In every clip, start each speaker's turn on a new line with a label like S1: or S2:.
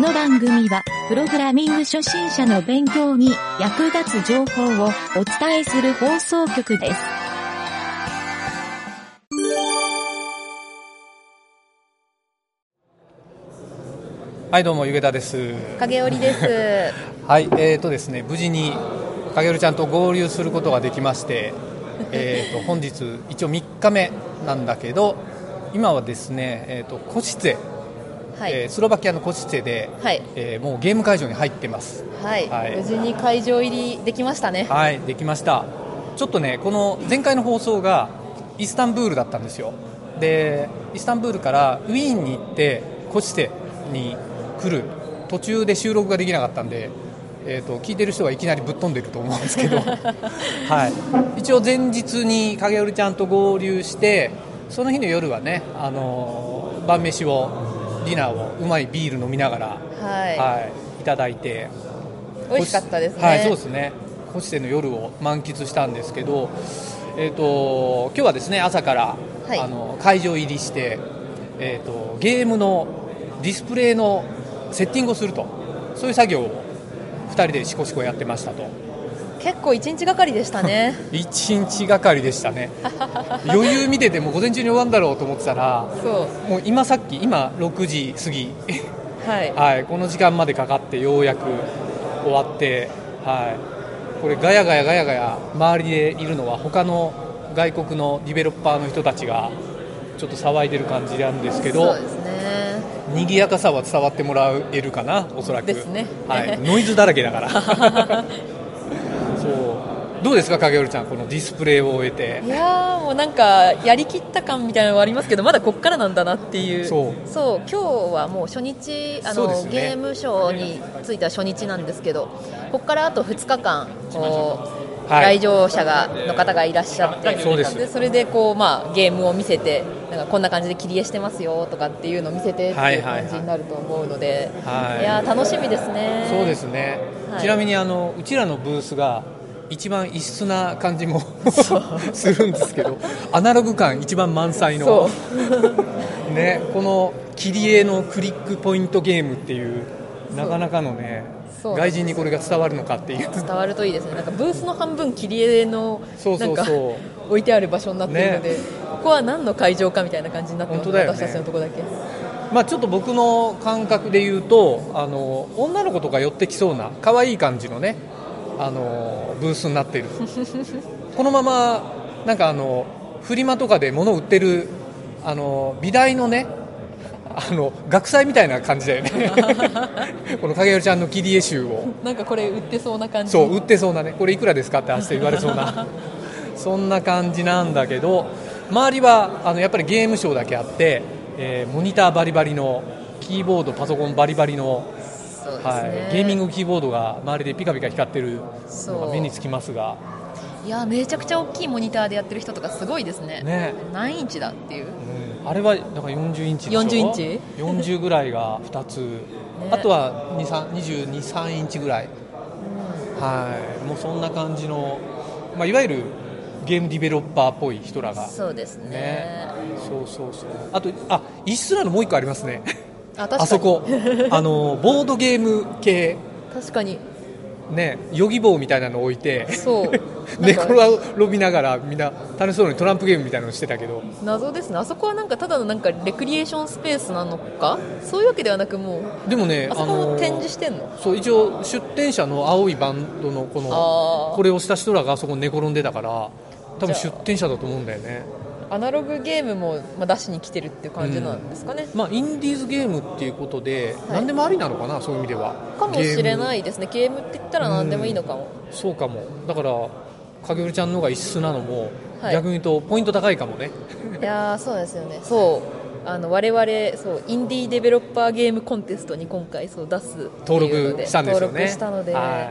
S1: の番組は、プログラミング初心者の勉強に役立つ情報をお伝えする放送局です。
S2: はい、どうも、ゆげたです。
S3: 影織です。
S2: はい、えーとですね、無事に、かげるちゃんと合流することができまして、 えーと、本日、一応3日目なんだけど、今はですね、えーと、コシツェ、
S3: はい、
S2: えースロバキアのコシツェで、
S3: はい
S2: えーもうゲーム会場に入ってます。
S3: はい、
S2: はい
S3: 無事に会場入りできましたね。
S2: はい、できました。ちょっとね、この前回の放送がイスタンブールだったんですよ。で、イスタンブールからウィーンに行って、コチテに来る途中で収録ができなかったんで、えー、と聞いてる人はいきなりぶっ飛んでると思うんですけど、はい、一応前日に影織ちゃんと合流してその日の夜はね、あのー晩飯をディナーをうまいビール飲みながら、
S3: はい、
S2: はい、いただいて
S3: 美味しかったですね。
S2: はい、そうですね。ホステの夜を満喫したんですけど、えっ、と今日はですね朝から、
S3: はい
S2: あの会場入りして、えっ、とゲームのディスプレイのセッティングをすると、そういう作業を二人でシコシコやってましたと。
S3: 結構一日がかりでした ね。
S2: 一日がかりでし たね。余裕見てても午前中に終わるんだろうと思ってたら、
S3: そ
S2: もう今さっき今6時過ぎ。
S3: う、はい、
S2: はい、この時間までかかってようやく終わって、はい、これガヤガヤガヤガヤ周りでいるのは他の外国のディベロッパーの人たちがちょっと騒いでる感じなんですけど
S3: そうですね。
S2: 賑やかさは伝わってもらえるかなおそらく
S3: ですね
S2: はい、ノイズだらけだからそうどうですか影織ちゃんこのディスプレイを終えて
S3: いやーもうなんかやりきった感みたいなのはありますけどまだこっからなんだなっていう
S2: そう
S3: 今日はもう初日あ
S2: そうで
S3: の、
S2: すね
S3: ゲームショーについては初日なんですけどこっからあと2日間こう、
S2: はい
S3: 来場者がの方がいらっしゃって
S2: そうです
S3: それでこう、まあ、ゲームを見せてなんかこんな感じで切り絵してますよとかっていうのを見せてって
S2: はい
S3: い
S2: は
S3: う
S2: いはい
S3: 感じになると思うので、
S2: はい
S3: やー楽しみですね。
S2: そうですね、
S3: はい
S2: ちなみにあのうちらのブースが一番異質な感じも するんですけどアナログ感一番満載
S3: そ
S2: の、ね、この切り絵のクリックポイントゲームっていうなかなかのね
S3: そう
S2: 外人にこれが伝わるのかっていう
S3: 伝わるといいですね、なんかブースの半分、切り絵の
S2: そう
S3: な
S2: そ
S3: ん
S2: う
S3: か
S2: そう
S3: 置いてある場所になっているので、
S2: ね
S3: ここは何の会場かみたいな感じになってます、
S2: 本当だよね
S3: 私たちのとこだけ。
S2: まあ、ちょっと僕の感覚で言うとあの女の子とか寄ってきそうな可愛い感じのねあのブースになっているこのままなんかあのフリマとかで物を売ってるあの美大のねあの学祭みたいな感じだよねこの影よりちゃんの切り絵集を
S3: なんかこれ売ってそうな感じ
S2: そう売ってそうなねこれいくらですかって明日言われそうな そんな感じなんだけど周りはあのやっぱりゲームショーだけあって、えーモニターバリバリのキーボードパソコンバリバリの、
S3: そうですね
S2: はい、ゲーミングキーボードが周りでピカピカ光ってるの
S3: そう
S2: が目につきますが
S3: いやめちゃくちゃ大きいモニターでやってる人とかすごいですね
S2: ね
S3: 何インチだっていう
S2: うんあれはなんか40インチでしょ
S3: 40インチ
S2: 40ぐらいが2つ、あとは22、3インチぐらい、はいもうそんな感じの、まあ、いわゆるゲームディベロッパーっぽい人らが、
S3: そうですね
S2: ね、そうそうそう、あと、あ一室なのもう一個ありますね、
S3: あ確かに
S2: あそこ、あのボードゲーム系、
S3: 確かに
S2: ね、ヨギ棒みたいなの置いて、
S3: そう
S2: 寝
S3: なん
S2: 転
S3: か
S2: びながら、みんな楽しそうにトランプゲームみたいなのしてたけど。
S3: 謎ですねあそこはなんかただのなんかレクリエーションスペースなのかそういうわけではなくもう
S2: でもね、
S3: あそこ
S2: の
S3: も展示してんの
S2: そう一応出店者の青いバンドの
S3: あ
S2: この
S3: ー
S2: これをした人らがあそこに寝転んでたから多分
S3: じ
S2: 出
S3: ゃあ
S2: 店者だと思うんだよね
S3: アナログゲームも、まあ、出しに来てるっていう感じなんですかね、
S2: まあインディーズゲームっていうことで、
S3: い
S2: 何でもありなのかなそういう意味では
S3: かもしれないいですねゲームって言ったら何でもいいのかも、
S2: そうかもだから影織ちゃんのが一室なのも、
S3: はい
S2: 逆に言うとポイント高いかもね
S3: いやーそうですよねそうあの我々そうインディーデベロッパーゲームコンテストに今回そう出すって
S2: 登
S3: いうの
S2: 録したんですよね
S3: 登録したので
S2: は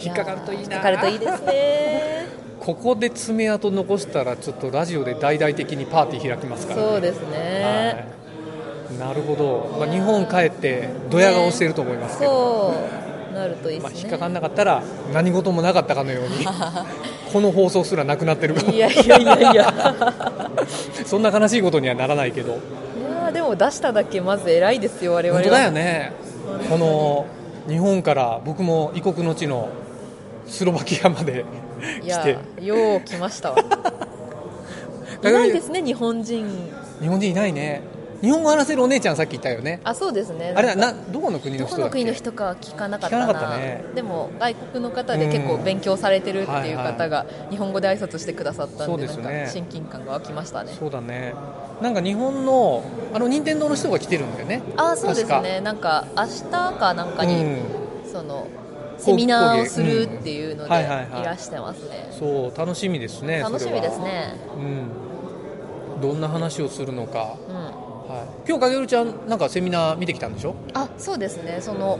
S2: い引っかかるといい
S3: やー引
S2: な
S3: っかかるといいですね
S2: ここで爪痕残したらちょっとラジオで大々的にパーティー開きますからね
S3: そうですね、
S2: はい、なるほど、まあ、日本帰ってドヤ顔してると思いますけど、
S3: そうなるといい
S2: ま
S3: で
S2: あ、
S3: す
S2: 引っ
S3: ね、
S2: かかんなかったら何事もなかったかのよう にこの放送すらなくなってるかも
S3: いやいやいやいやい
S2: そんな悲しいことにはならないけど
S3: やーでも出しただけまず偉いですよ我々は
S2: 本当だよね
S3: う
S2: この日本から僕も異国の地のスロバキアまで
S3: い
S2: 来
S3: や
S2: て
S3: よう来ま したわいないですね日本人
S2: 日本人いないね日本語話せるお姉ちゃんさっき言ったよね
S3: あそうですね
S2: あれ
S3: な
S2: だ
S3: んか
S2: などこの国の
S3: ど
S2: 人
S3: こ
S2: だ
S3: の
S2: っけ
S3: 国の人かは聞かなかった
S2: 聞
S3: な
S2: かなかったね
S3: でも外国の方で結構勉強されてるっていう方が日本語で挨拶してくださった
S2: そ
S3: ん
S2: う
S3: で,、
S2: ですね
S3: なんか親近感が湧きましたね
S2: そうだねなんか日本のあの任天堂の人が来てるんだよね
S3: あーそうです
S2: 確
S3: ねなんか明日かなんかに、
S2: うん
S3: その
S2: う
S3: セミナーをするっていうの
S2: うんは
S3: で
S2: いはいはい
S3: いらしてますね
S2: そう楽しみですね
S3: 楽しみですね
S2: それはうんどんな話をするのか、
S3: うん
S2: はい、今日かげるちゃんなんかセミナー見てきたんでしょ
S3: あそうですねその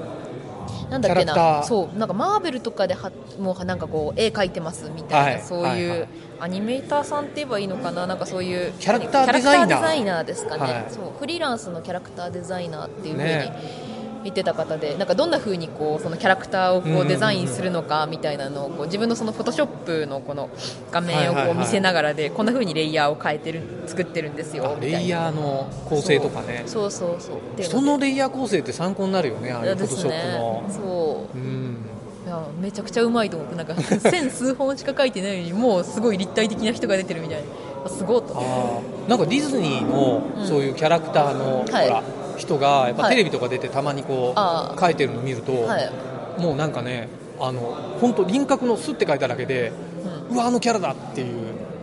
S3: なんだっけ
S2: キャラクター
S3: なそうなんかマーベルとかではもうなんかこう絵描いてますみたいな、
S2: はい
S3: そういう、
S2: はいはい
S3: アニメーターさんって言えばいいのかななんかそういう
S2: キャラクターデザイナー
S3: キャラクタデザイナーですかね、
S2: はい
S3: そうフリーランスのキャラクターデザイナーっていうふうに
S2: ね
S3: 言ってた方で、なんかどんなふうにこうそのキャラクターを
S2: うんうん
S3: こ
S2: う
S3: うんデザインするのかみたいなのをこう自分のそのフォトショップのこの画面を
S2: はい
S3: こ
S2: は
S3: う
S2: いはい
S3: 見せながらで、こんなふうにレイヤーを変えてる作ってるんですよ
S2: あ
S3: みた
S2: レ
S3: い
S2: イ
S3: な
S2: ヤーの構成とかね
S3: そうそうそうっていうので
S2: そのレイヤー構成って参考になるよねああいうフ
S3: で
S2: ォト
S3: す
S2: ショップの、
S3: ね、そ
S2: うん
S3: ういやめちゃくちゃうまいと思ってなん か線数本しか書いてないのにもうすごい立体的な人が出てるみたいなすごいと思って
S2: あーなんかディズニーの
S3: うん
S2: そういうキャラクターの、ほ
S3: はい
S2: ら人がやっぱ
S3: はい
S2: テレビとか出てたまにこう、
S3: あー
S2: 書いてるの見ると、
S3: はい、
S2: もうなんかねあの本当輪郭の「す」って書いただけで
S3: うん
S2: うわあのキャラだっていう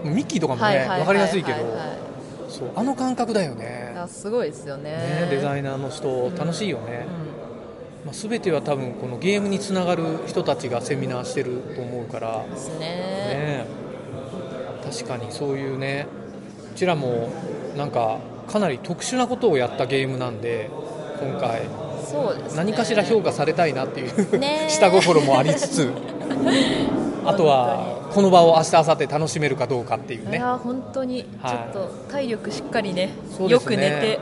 S2: ミッキーとかも
S3: はい
S2: ね
S3: はいはい
S2: 分かりやすいけど
S3: ははい
S2: そうあの感覚だよ
S3: い
S2: ね
S3: やすごいですよね
S2: ねデザ
S3: イ
S2: イナーの人
S3: ん
S2: 楽しいよね、
S3: ン、
S2: まあ、全ては多分このゲームにつながる人たちがセミナーしてると思うから
S3: うん、ですね
S2: ね確かにそういうねうちらもなんかかなり特殊なことをやったゲームなんで今回
S3: そうですね
S2: 何かしら評価されたいなっていう、
S3: ね
S2: 下心もありつ つあとはこの場を明日明後日楽しめるかどうかっていう
S3: い
S2: ね
S3: や本当にちょ
S2: はい
S3: っと体力しっかりね,、
S2: そうで
S3: よ
S2: す
S3: く寝
S2: ね
S3: て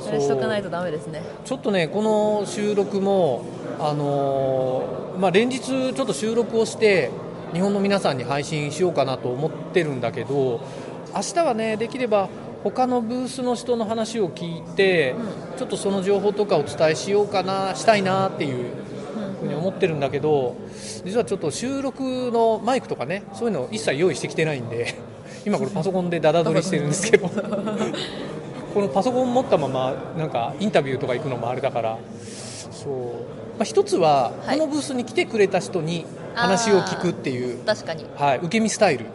S2: そう
S3: しとかないとダメですね
S2: ちょっとねこの収録もあのーまあ、連日ちょっと収録をして日本の皆さんに配信しようかなと思ってるんだけど明日はねできれば他のブースの人の話を聞いて、ちょっとその情報とかお伝えしようかなしたいなっていうふうに思ってるんだけど実はちょっと収録のマイクとかねそういうのを一切用意してきてないんで今これパソコンでダダ撮りしてるんですけどこのパソコン持ったままなんかインタビューとか行くのもあれだからそう、まあ、一つは
S3: は
S2: こ
S3: い
S2: のブースに来てくれた人に話を聞くっていう、
S3: 確かに
S2: はい、受け身スタ イル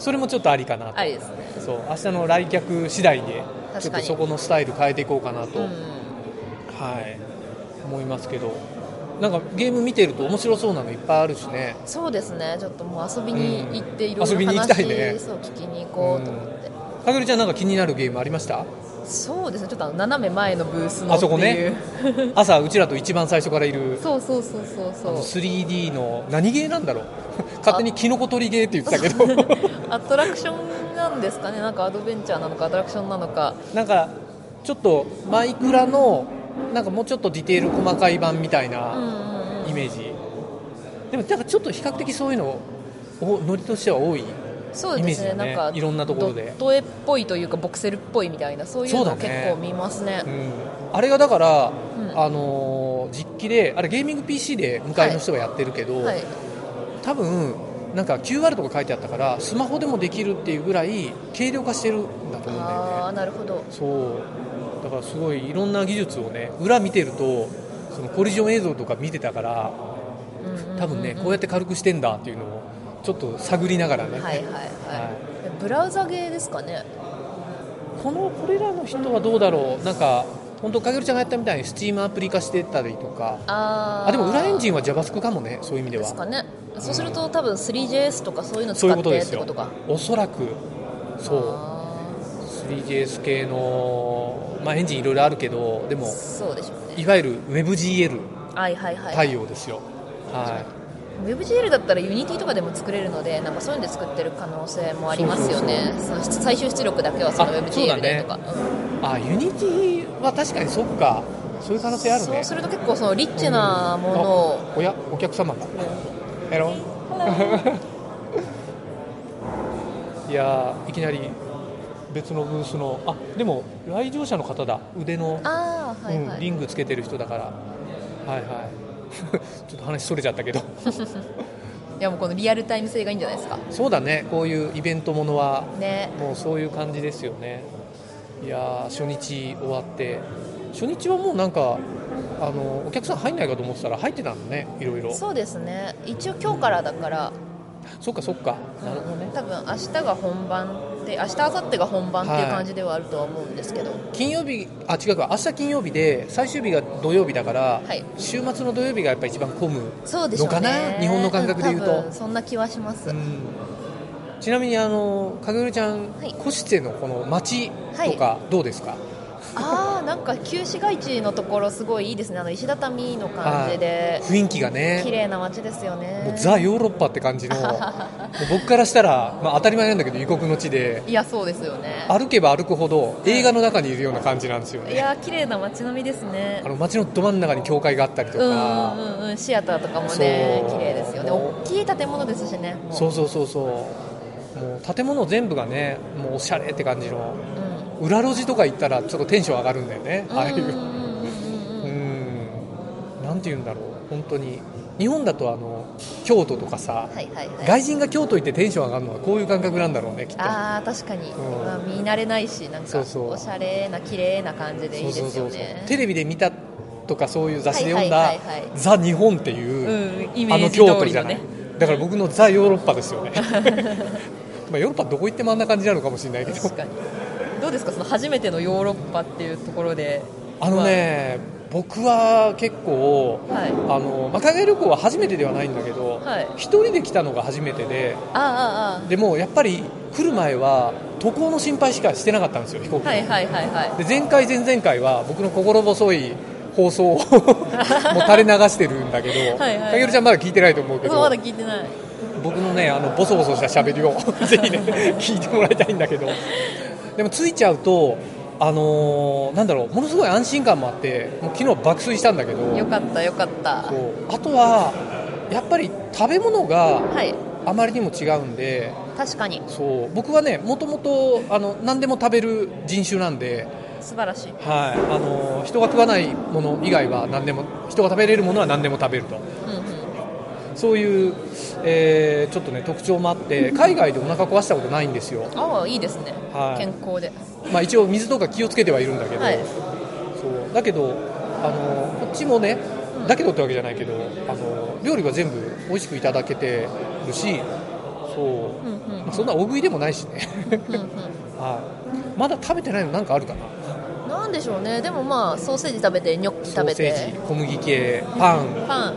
S2: それもちょっとありかなと
S3: ありですね
S2: そう明日の来客次第でち
S3: 確か
S2: ょっと
S3: に
S2: そこのスタイル変えていこうかなと、
S3: うん
S2: はい、思いますけどなんかゲーム見てると面白そうなのいっぱいあるしね
S3: そうですねちょっともう遊びに行っていろ
S2: 遊び
S3: いろ
S2: に行きたいね
S3: 話そう聞きに行こうと思って、
S2: かぐるちゃんなんか気になるゲームありま した
S3: そうですねちょっとあの斜め前のブースの
S2: あそこ
S3: っていう
S2: ね朝うちらと一番最初からいる
S3: そうそうそうそう
S2: あの
S3: そう
S2: 3D の何ゲーなんだろう 勝手にキノコ取りゲーって言ってたけど
S3: アトラクションなんですかねなんかアドベンチャーなのかアトラクションなのか
S2: なんかちょっとマイクラのなんかもうちょっとディテール細かい版みたい
S3: うんう
S2: な
S3: う
S2: んイ
S3: ん
S2: メージ、でもなんかちょっと比較的そういうのおノリとしては多い
S3: そうですね
S2: イメージだね
S3: なんか
S2: いろんなところで
S3: ドット絵っぽいというかボクセルっぽいみたいなそういう
S2: そう
S3: の
S2: だ
S3: を
S2: ね
S3: 結構見ますね
S2: うんあれがだから、
S3: うん
S2: あのー実機であれゲーミング PC で向かいの人がやってるけど、
S3: はい
S2: 多分なんか QR とか書いてあったからスマホでもできるっていうぐらい軽量化してるんだと思う
S3: あ
S2: んだよね
S3: あなるほど
S2: そうだからすごいいろんな技術をね裏見てるとそのコリジョン映像とか見てたから
S3: うんうんうんうん
S2: 多分ね、こうやって軽くしてんだっていうのをちょっと探りながらね、
S3: はいはいはい、ブラウザゲーですかね
S2: このこれらの人はどうだろうなんか本当かげるちゃんがやったみたいに Steam アプリ化してたりとか
S3: あー
S2: あでも裏エンジンは JavaScript かもねそういう意味で
S3: で
S2: は
S3: すかねそうすると多分 3JS とかそういうの使
S2: そうい
S3: っ
S2: うこと
S3: て
S2: で
S3: っ
S2: す
S3: て
S2: よ
S3: ことか
S2: おそらくそ
S3: あ
S2: う 3JS 系の、まあ、エンジンいろいろあるけどでも
S3: ーそうでしょう
S2: い
S3: ね
S2: わゆる WebGL
S3: はいはいはい、
S2: 対応ですよ、は
S3: ウェブ GL だったら Unity とかでも作れるのでなんかそういうので作ってる可能性もありますよねその最終出力だけはその
S2: あ
S3: Web
S2: そうだ
S3: GL で
S2: ね
S3: とかそう,、
S2: い、あ Unity は確かにそっかそういう可能性あるね
S3: そうすると結構そのリッチなものを
S2: あおやお客様がヘロンいやーいきなり別のブースのあでも来場者の方だ腕の
S3: ああーはいはい、
S2: うんリングつけてる人だからはいはい ちょっと話それちゃったけど
S3: いやもうこのリアルタイム性がいいんじゃないですか
S2: そうだねこういうイベントものは
S3: ね
S2: もうそういう感じですよねいやー初日終わって初日はもうなんかあのお客さん入んないかと思ってたら入ってたんだねいろいろそ
S3: そうですね一応今日からだから、
S2: っかそっかなるほどね
S3: 多分明日が本番で明日明後日が本番っていう感じではあるとは思うんですけど、
S2: 金曜日あ違うか明日金曜日で最終日が土曜日だから、
S3: はい
S2: 週末の土曜日がやっぱ一番混む
S3: そうでしょうね
S2: のかな日本の感覚で言うと
S3: ん多分そんな気はします、
S2: うんちなみにあのかぐるちゃん、
S3: はい
S2: コシテのこの街とかどうですか、
S3: ああなんか旧市街地のところすごいいいですねあの石畳の感じで
S2: 雰囲気がね
S3: 綺麗な街ですよね
S2: もうザ・ヨーロッパって感 じのもう僕からしたら、まあ、当たり前なんだけど異国の地で
S3: いやそうですよね
S2: 歩けば歩くほど映画の中にいるような感じなんですよ
S3: い
S2: ね
S3: や綺麗な街並みですね
S2: あの街のど真ん中に教会があったりと
S3: うんう
S2: か、
S3: んうんうんシアターとかもね
S2: そう
S3: 綺麗ですよね大きい建物ですしねもう
S2: そうそうそうそうもう建物全部がねもうおしゃれって感じの
S3: うん
S2: 裏路地とか行ったらちょっとテンション上がるんだよねああいううん
S3: うんうんうん
S2: う
S3: うん
S2: んなんて言うんだろう本当に日本だとあの京都とかさ、
S3: はいはいはい
S2: 外人が京都行ってテンション上がるのはこういう感覚なんだろうねきっと
S3: あー確かに、
S2: うん
S3: まあ、見慣れないしなんか
S2: そうそう
S3: おしゃれな綺麗な感じでいいですよね
S2: テレビで見たとかそういう雑誌で読ん
S3: は
S2: だ
S3: いはいはいはい
S2: 「ザ・日本」っていう、
S3: うん、イメ
S2: あの
S3: ージ
S2: 京
S3: 通
S2: 都
S3: り
S2: じゃ
S3: の
S2: ない、
S3: ね
S2: だから僕のザ・ヨーロッパですよ ねまあヨーロッパどこ行ってもあんな感じなのかもしれないけど
S3: 確かにどうですかその初めてのヨーロッパっていうところで
S2: あのね僕は結構
S3: はい
S2: あの、まあ、海外旅行は初めてではないんだけど、
S3: はい
S2: 一人で来たのが初めてで
S3: あああ
S2: でもやっぱり来る前は渡航の心配しかしてなかったんですよ飛行機
S3: あはいはいはいはい
S2: で前回前々回は僕の心細い放送を もう垂れ流してるんだけど
S3: はいはい
S2: かげるちゃんまだ聞いてないと思うけ
S3: 僕
S2: ど
S3: まだ聞いてない
S2: 僕のねあのボソボソした喋りを ぜひね聞いてもらいたいんだけどでもついちゃうとあのーなんだろうものすごい安心感もあってもう昨日爆睡したんだけど
S3: よかったよかった
S2: そうあとはやっぱり食べ物が
S3: はい
S2: あまりにも違うんで
S3: 確かに
S2: そう僕はねもともとあの何でも食べる人種なんで
S3: 素晴らしい
S2: はい、あの人が食わないもの以外は何でも人が食べれるものは何でも食べると
S3: うんうん
S2: そういう、えーちょっとね特徴もあって海外でお腹壊したことないんですよ、
S3: ああいいですね、
S2: はい
S3: 健康で
S2: まあ、一応水とか気をつけてはいるんだけど、
S3: はい
S2: そうだけどあのこっちもねだけどってわけじゃないけどあの料理は全部美味しくいただけてるしそう
S3: う、んうん
S2: まあそんな大食いでもない しね、
S3: うん
S2: はい、まだ食べてないのなんかあるかな
S3: うんなんでしょうねでもまあソーセージ食べてニョッキ食べて
S2: ソーセージ小麦系パン
S3: パン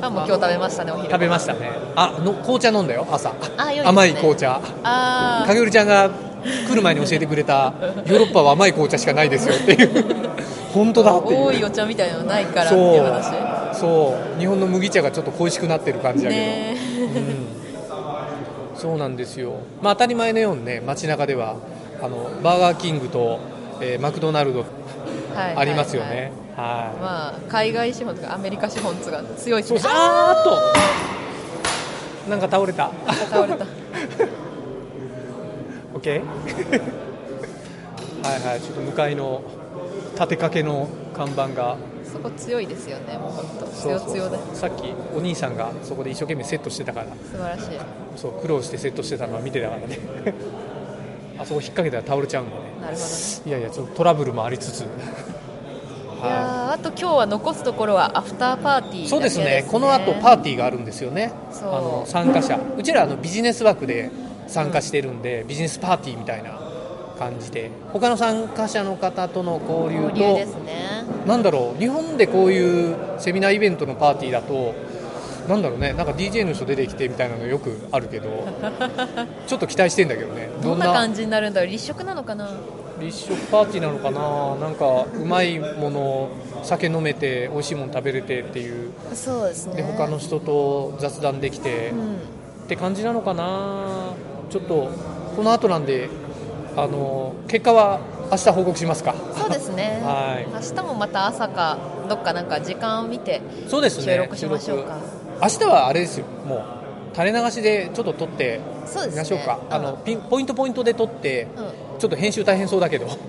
S3: パンも今日食べましたねお昼
S2: 食べましたねあの紅茶飲んだよ朝
S3: あ良いですね
S2: 甘い紅茶
S3: あ
S2: 影織ちゃんが来る前に教えてくれたヨーロッパは甘い紅茶しかないですよっていう 本当だ
S3: あ
S2: っていう
S3: 多いお茶みたいなのないからっていう話
S2: そうそう日本の麦茶がちょっと恋しくなってる感じだけど、
S3: ね
S2: うん、そうなんですよ、まあ、当たり前のようにね街中ではあのバーガーキングと、えーマクドナルド
S3: はい
S2: ありますよ
S3: はいはい
S2: ねはい
S3: まあ、海外資本とかアメリカ資本とか強いです
S2: そう
S3: ね
S2: そうあーっとなんか倒れた
S3: あ倒れた
S2: OK はいはいちょっと向かいの立てかけの看板が
S3: そこ強いですよねもう本当
S2: そう
S3: 強
S2: そう
S3: 強で
S2: さっきお兄さんがそこで一生懸命セットしてたから
S3: 素晴らしい
S2: そう苦労してセットしてたのは見てたからね あそこ引っ掛けたら倒れちゃうんでね
S3: なるほどね
S2: いやいやちょっとトラブルもありつつ
S3: い
S2: は
S3: やーあと今日は残すところはアフターパーティーだけ
S2: い
S3: です、ね、
S2: そうですねこのあとパ
S3: ー
S2: ーティーがあるんですよねあ
S3: そう
S2: の参加者うちらあのビジネス枠で参加してるんで、ビジネスパーティーみたいな感じで他の参加者の方との交流と
S3: 交流ですね
S2: なんだろう日本でこういうセミナーイベントのパーティーだとなんだろうねなんか DJ の人出てきてみたいなのよくあるけどちょっと期待してんだけどね
S3: どんな感じになるんだろう立食なのかな
S2: 立食パーティーなのかななんかうまいもの酒飲めて美味しいもの食べれてっていう
S3: そうですね
S2: で他の人と雑談できて
S3: うん
S2: って感じなのかなちょっとこの後なんであの結果は明日報告しますか
S3: そうですね
S2: はい
S3: 明日もまた朝かどっかなんか時間を見て
S2: そうですね
S3: 収録しましょうか、
S2: 明日はあれですよもう垂れ流しでちょっと撮って
S3: そうで
S2: み
S3: すね
S2: ましょうか、あのピンポイントポイントで撮って
S3: うん、
S2: ちょっと編集大変そうだけど
S3: 確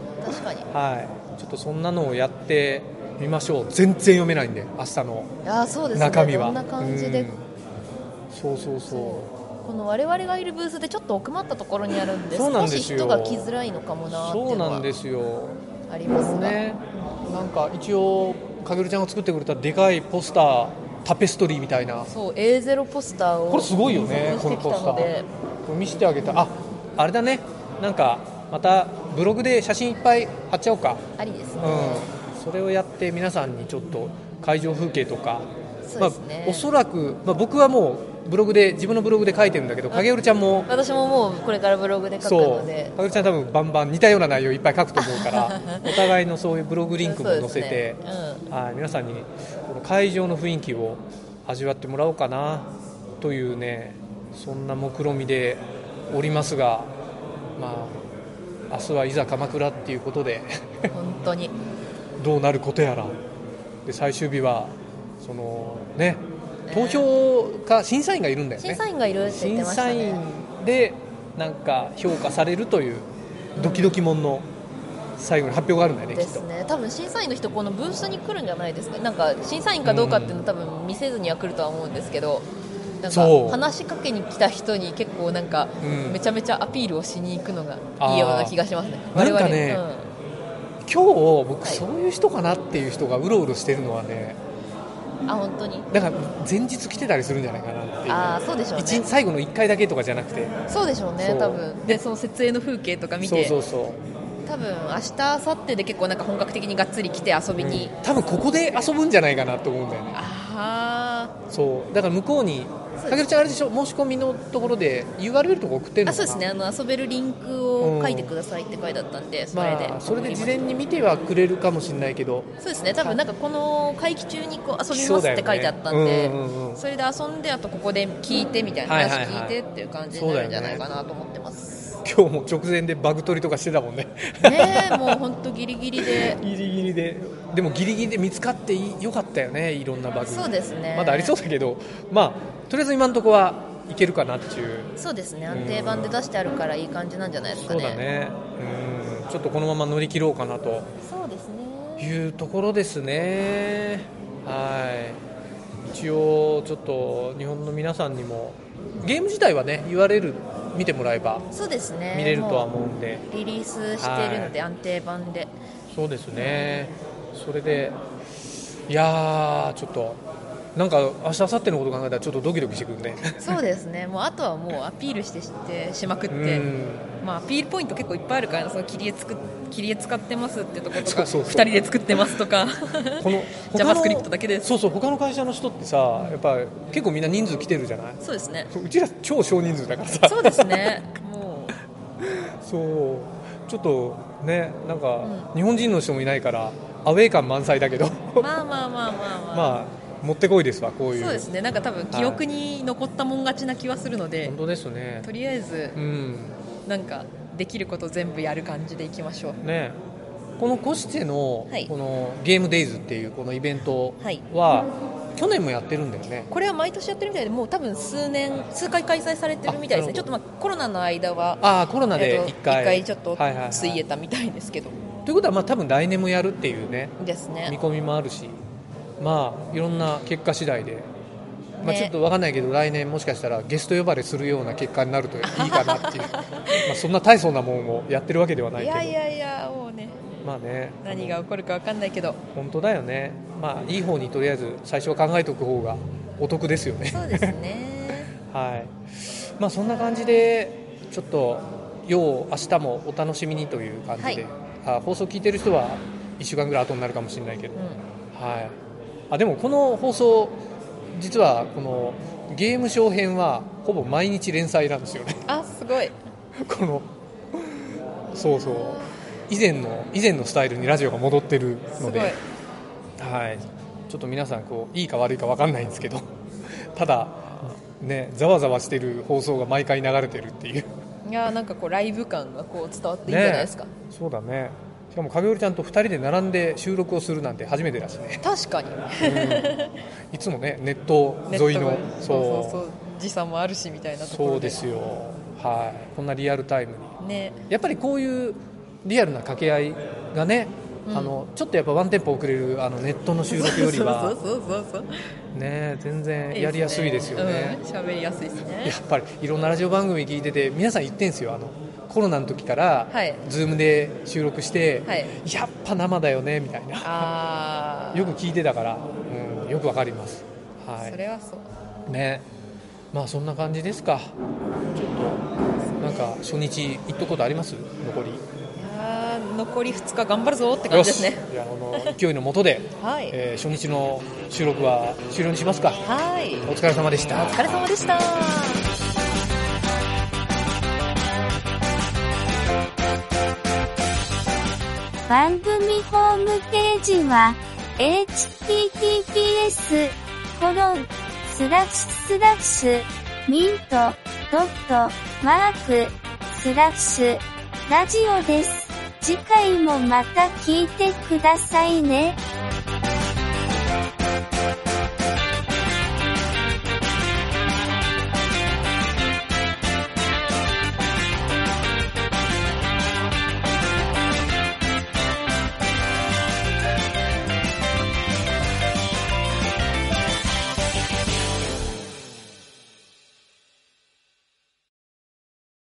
S3: かに
S2: はい、ちょっとそんなのをやってみましょう全然読めないんで明日の
S3: あーそうですね
S2: 中身は、
S3: どんな感じで
S2: うんそうそうそ
S3: そうこの我々がいるブースでちょっと奥まったところにあるんで
S2: そうなん
S3: 少
S2: で
S3: し
S2: すよ
S3: 人が来づらいのかも
S2: う
S3: なってい
S2: そうう
S3: のは
S2: なんですよ
S3: ありますが、
S2: ねなんか一応かげるちゃんが作ってくれたでかいポスタータペストリーみたいな
S3: そう A0 ポスターを
S2: これすごいよね
S3: 作ってきたので
S2: これ見せてあげたああれだねなんかまたブログで写真いっぱい貼っちゃおうか
S3: ありですね、
S2: うんそれをやって皆さんにちょっと会場風景とか、
S3: そうですね
S2: まあ、おそらく、まあ、僕はもうブログで自分のブログで書いてるんだけど影るちゃんも
S3: 私ももうこれからブログで書く
S2: そ
S3: の
S2: う
S3: で
S2: 影るちゃん多分バンバン似たような内容いっぱい書くと思うから お互いのそういうブログリンクも載せて、
S3: そうですね
S2: はい、皆さんにこの会場の雰囲気を味わってもらおうかなというねそんな目論見みでおりますがまあ明日はいざ鎌倉っていうことで。
S3: うん本当に
S2: どうなることやらで最終日はそのね投票か審査員がいるんだよね
S3: 審査員がいるって言ってま
S2: 審
S3: した
S2: 査
S3: ね
S2: 員でなんか評価されるというドキドキもんの最後に発表があるんだよね
S3: で
S2: きっ
S3: す
S2: と
S3: ね多分審査員の人このブースに来るんじゃないですかなんか審査員かどうかっていうの多分見せずには来るとは思うんですけどなんか
S2: そう
S3: 話しかけに来た人に結構なんか
S2: うん
S3: めちゃめちゃアピールをしに行くのが
S2: あー
S3: いいような気がしますね
S2: なんかね
S3: 我々
S2: 今日僕
S3: はい
S2: そういう人かなっていう人がうろうろしてるのはね
S3: うん、あ本当に
S2: だから前日来てたりするんじゃないかなっていう
S3: あーそうでしょうね
S2: 一日最後の1回だけとかじゃなくて
S3: そうでしょう
S2: そ
S3: ね
S2: う
S3: 多分でその設営の風景とか見
S2: そう
S3: て
S2: そうそ
S3: 多分明日明後日で結構なんか本格的にがっつり来て遊
S2: う、
S3: び
S2: うん
S3: に、
S2: 多分ここで遊ぶんじゃないかなと思うんだよね
S3: あ
S2: そうだから向こうに
S3: そうです
S2: かけるちゃんあれでしょ申し込みのところで URL とか送っ
S3: ー
S2: てるの
S3: あ
S2: かな
S3: そうですねあの遊べるリンクを書いてくださいって書いてあったんで、それで、
S2: まあそれで事前に見てはくれるかもしれないけど
S3: そうですね多分なんかこの会期中にこう遊び
S2: そ
S3: ま
S2: う
S3: す
S2: だ
S3: っ
S2: よね
S3: て書いてあったんで
S2: うんうんうん
S3: それで遊んであとここで聞いてみたいな
S2: はい
S3: 話
S2: はいはい
S3: 聞いてっていう感じになるんじゃないかなと思ってます
S2: 今日も直前でバグ取りとかしてたもんね
S3: ねえもう本当ギリギリ で
S2: ギリギリででもギリギリで見つかっていよかったよねいろんなバグ
S3: そうですね
S2: まだありそうだけどまあとりあえず今のところはいけるかなっていう
S3: そうですね安定版で出してあるからいい感じなんじゃないですか
S2: そう
S3: ね
S2: だねうんちょっとこのまま乗り切ろうかなと
S3: そうですね
S2: いうところですね。はい。一応ちょっと日本の皆さんにもゲーム自体はね URL 見てもらえば
S3: そうですね
S2: 見れるとは
S3: も
S2: 思うんで、
S3: うリリースしているので安定版で
S2: そうですね。それでいやーちょっとなんか明日明後日のこと考えたらちょっとドキドキしてくるね。
S3: そうですねもうあとはもうアピールしてしてしまくっ
S2: う
S3: て
S2: ん。
S3: まあ、アピールポイント結構いっぱいあるからその切り絵作っ切り絵使ってますってとことか
S2: そうそうそう
S3: 2人で作ってますとか
S2: この
S3: JavaScript だけです
S2: そうそう他の会社の人ってさやっぱ結構みんな人数来てるじゃない。
S3: そうですね
S2: うちら超少人数だからさ。
S3: そうですねも
S2: そうちょっとねなんか、
S3: う
S2: 日本人の人もいないからアウェー感満載だけど
S3: うまあまあまあまあまあ、
S2: まあもってこいですわこういう
S3: そうですねなんか多分記憶に残ったもん勝ちな気はするので、
S2: 本当ですね
S3: とりあえず
S2: うん
S3: なんかできること全部やる感じでいきましょう
S2: ねこのコシテの,、
S3: はい
S2: このゲームデイズっていうこのイベント
S3: はい
S2: は、去年もやってるんだよね
S3: これは毎年やってるみたいでもう多分数年数回開催されてるみたいですね
S2: あ
S3: ちょっとまあコロナの間は
S2: ああコロナ
S3: え
S2: で
S3: っと
S2: 一回,、
S3: 一回ちょっと
S2: はいはいはい
S3: ついえたみたいですけど、
S2: ということはまあ多分来年もやるっていうね
S3: です
S2: 見
S3: ね
S2: 込みもあるしまあいろんな結果次第で、まあ、
S3: ね
S2: ちょっと分かんないけど来年もしかしたらゲスト呼ばれするような結果になるといいかな っていうまあそんな大層なもんをやってるわけではないいけど
S3: やいやいやもうね
S2: まあね
S3: 何が起こるか分かんないけど
S2: 本当だよねまあいい方にとりあえず最初は考えておく方がお得ですよ ね
S3: そうですね
S2: はいまあそんな感じでちょっとよう明日もお楽しみにという感じで、あ放送聞いてる人は1週間ぐらい後になるかもしれないけど
S3: う、ん
S2: はい、あでもこの放送実はこのゲーム小編はほぼ毎日連載なんですよね
S3: あすごい
S2: このそうそう以前の以前のスタイルにラジオが戻ってる
S3: すご
S2: の
S3: い
S2: で、はい、ちょっと皆さんこういいか悪いか分かんないんですけど ただねざわざわしてる放送が毎回流れてるっていう
S3: いやーなんかこうライブ感がこう伝わっていいんじゃないですか、
S2: ねそうだねしかも影織ちゃんと2人で並んで収録をするなんて初めてだ しね、
S3: 確かに
S2: うんいつもねネット
S3: ネット
S2: 沿いの
S3: がそうそうそう時差もあるしみたいなところで
S2: そうですよ、はい、こんなリアルタイムに
S3: ね
S2: やっぱりこういうリアルな掛け合いがね、
S3: うん
S2: あのちょっとやっぱワンテンポ遅れるあのネットの収録よりは
S3: そうそうそうそう
S2: ね全然やりやすいですよね
S3: うん喋、りやすいですね
S2: やっぱりいろんなラジオ番組聞いてて皆さん言ってんすよあのコロナの時から、
S3: はい
S2: ズームで収録して、
S3: はい
S2: やっぱ生だよねみたいな
S3: ああ
S2: よく聞いてたから、うん、よくわかります、は
S3: そ
S2: い
S3: れはそう
S2: ねまあそんな感じですかちょっとなんか初日行ったことあります残り
S3: いやー残り2日頑張るぞって感じですね
S2: よしじゃあこの勢いのもとで、
S3: はい、
S2: えー初日の収録は終了にしますか
S3: はい
S2: お疲れ様でし
S3: お
S2: た
S3: 疲れ様でした
S4: 番組ホームページは、https, コロン、スラッシュスラッシュ、ミント、ドット、マーク、スラッシュ、ラジオです。次回もまた聞いてくださいね。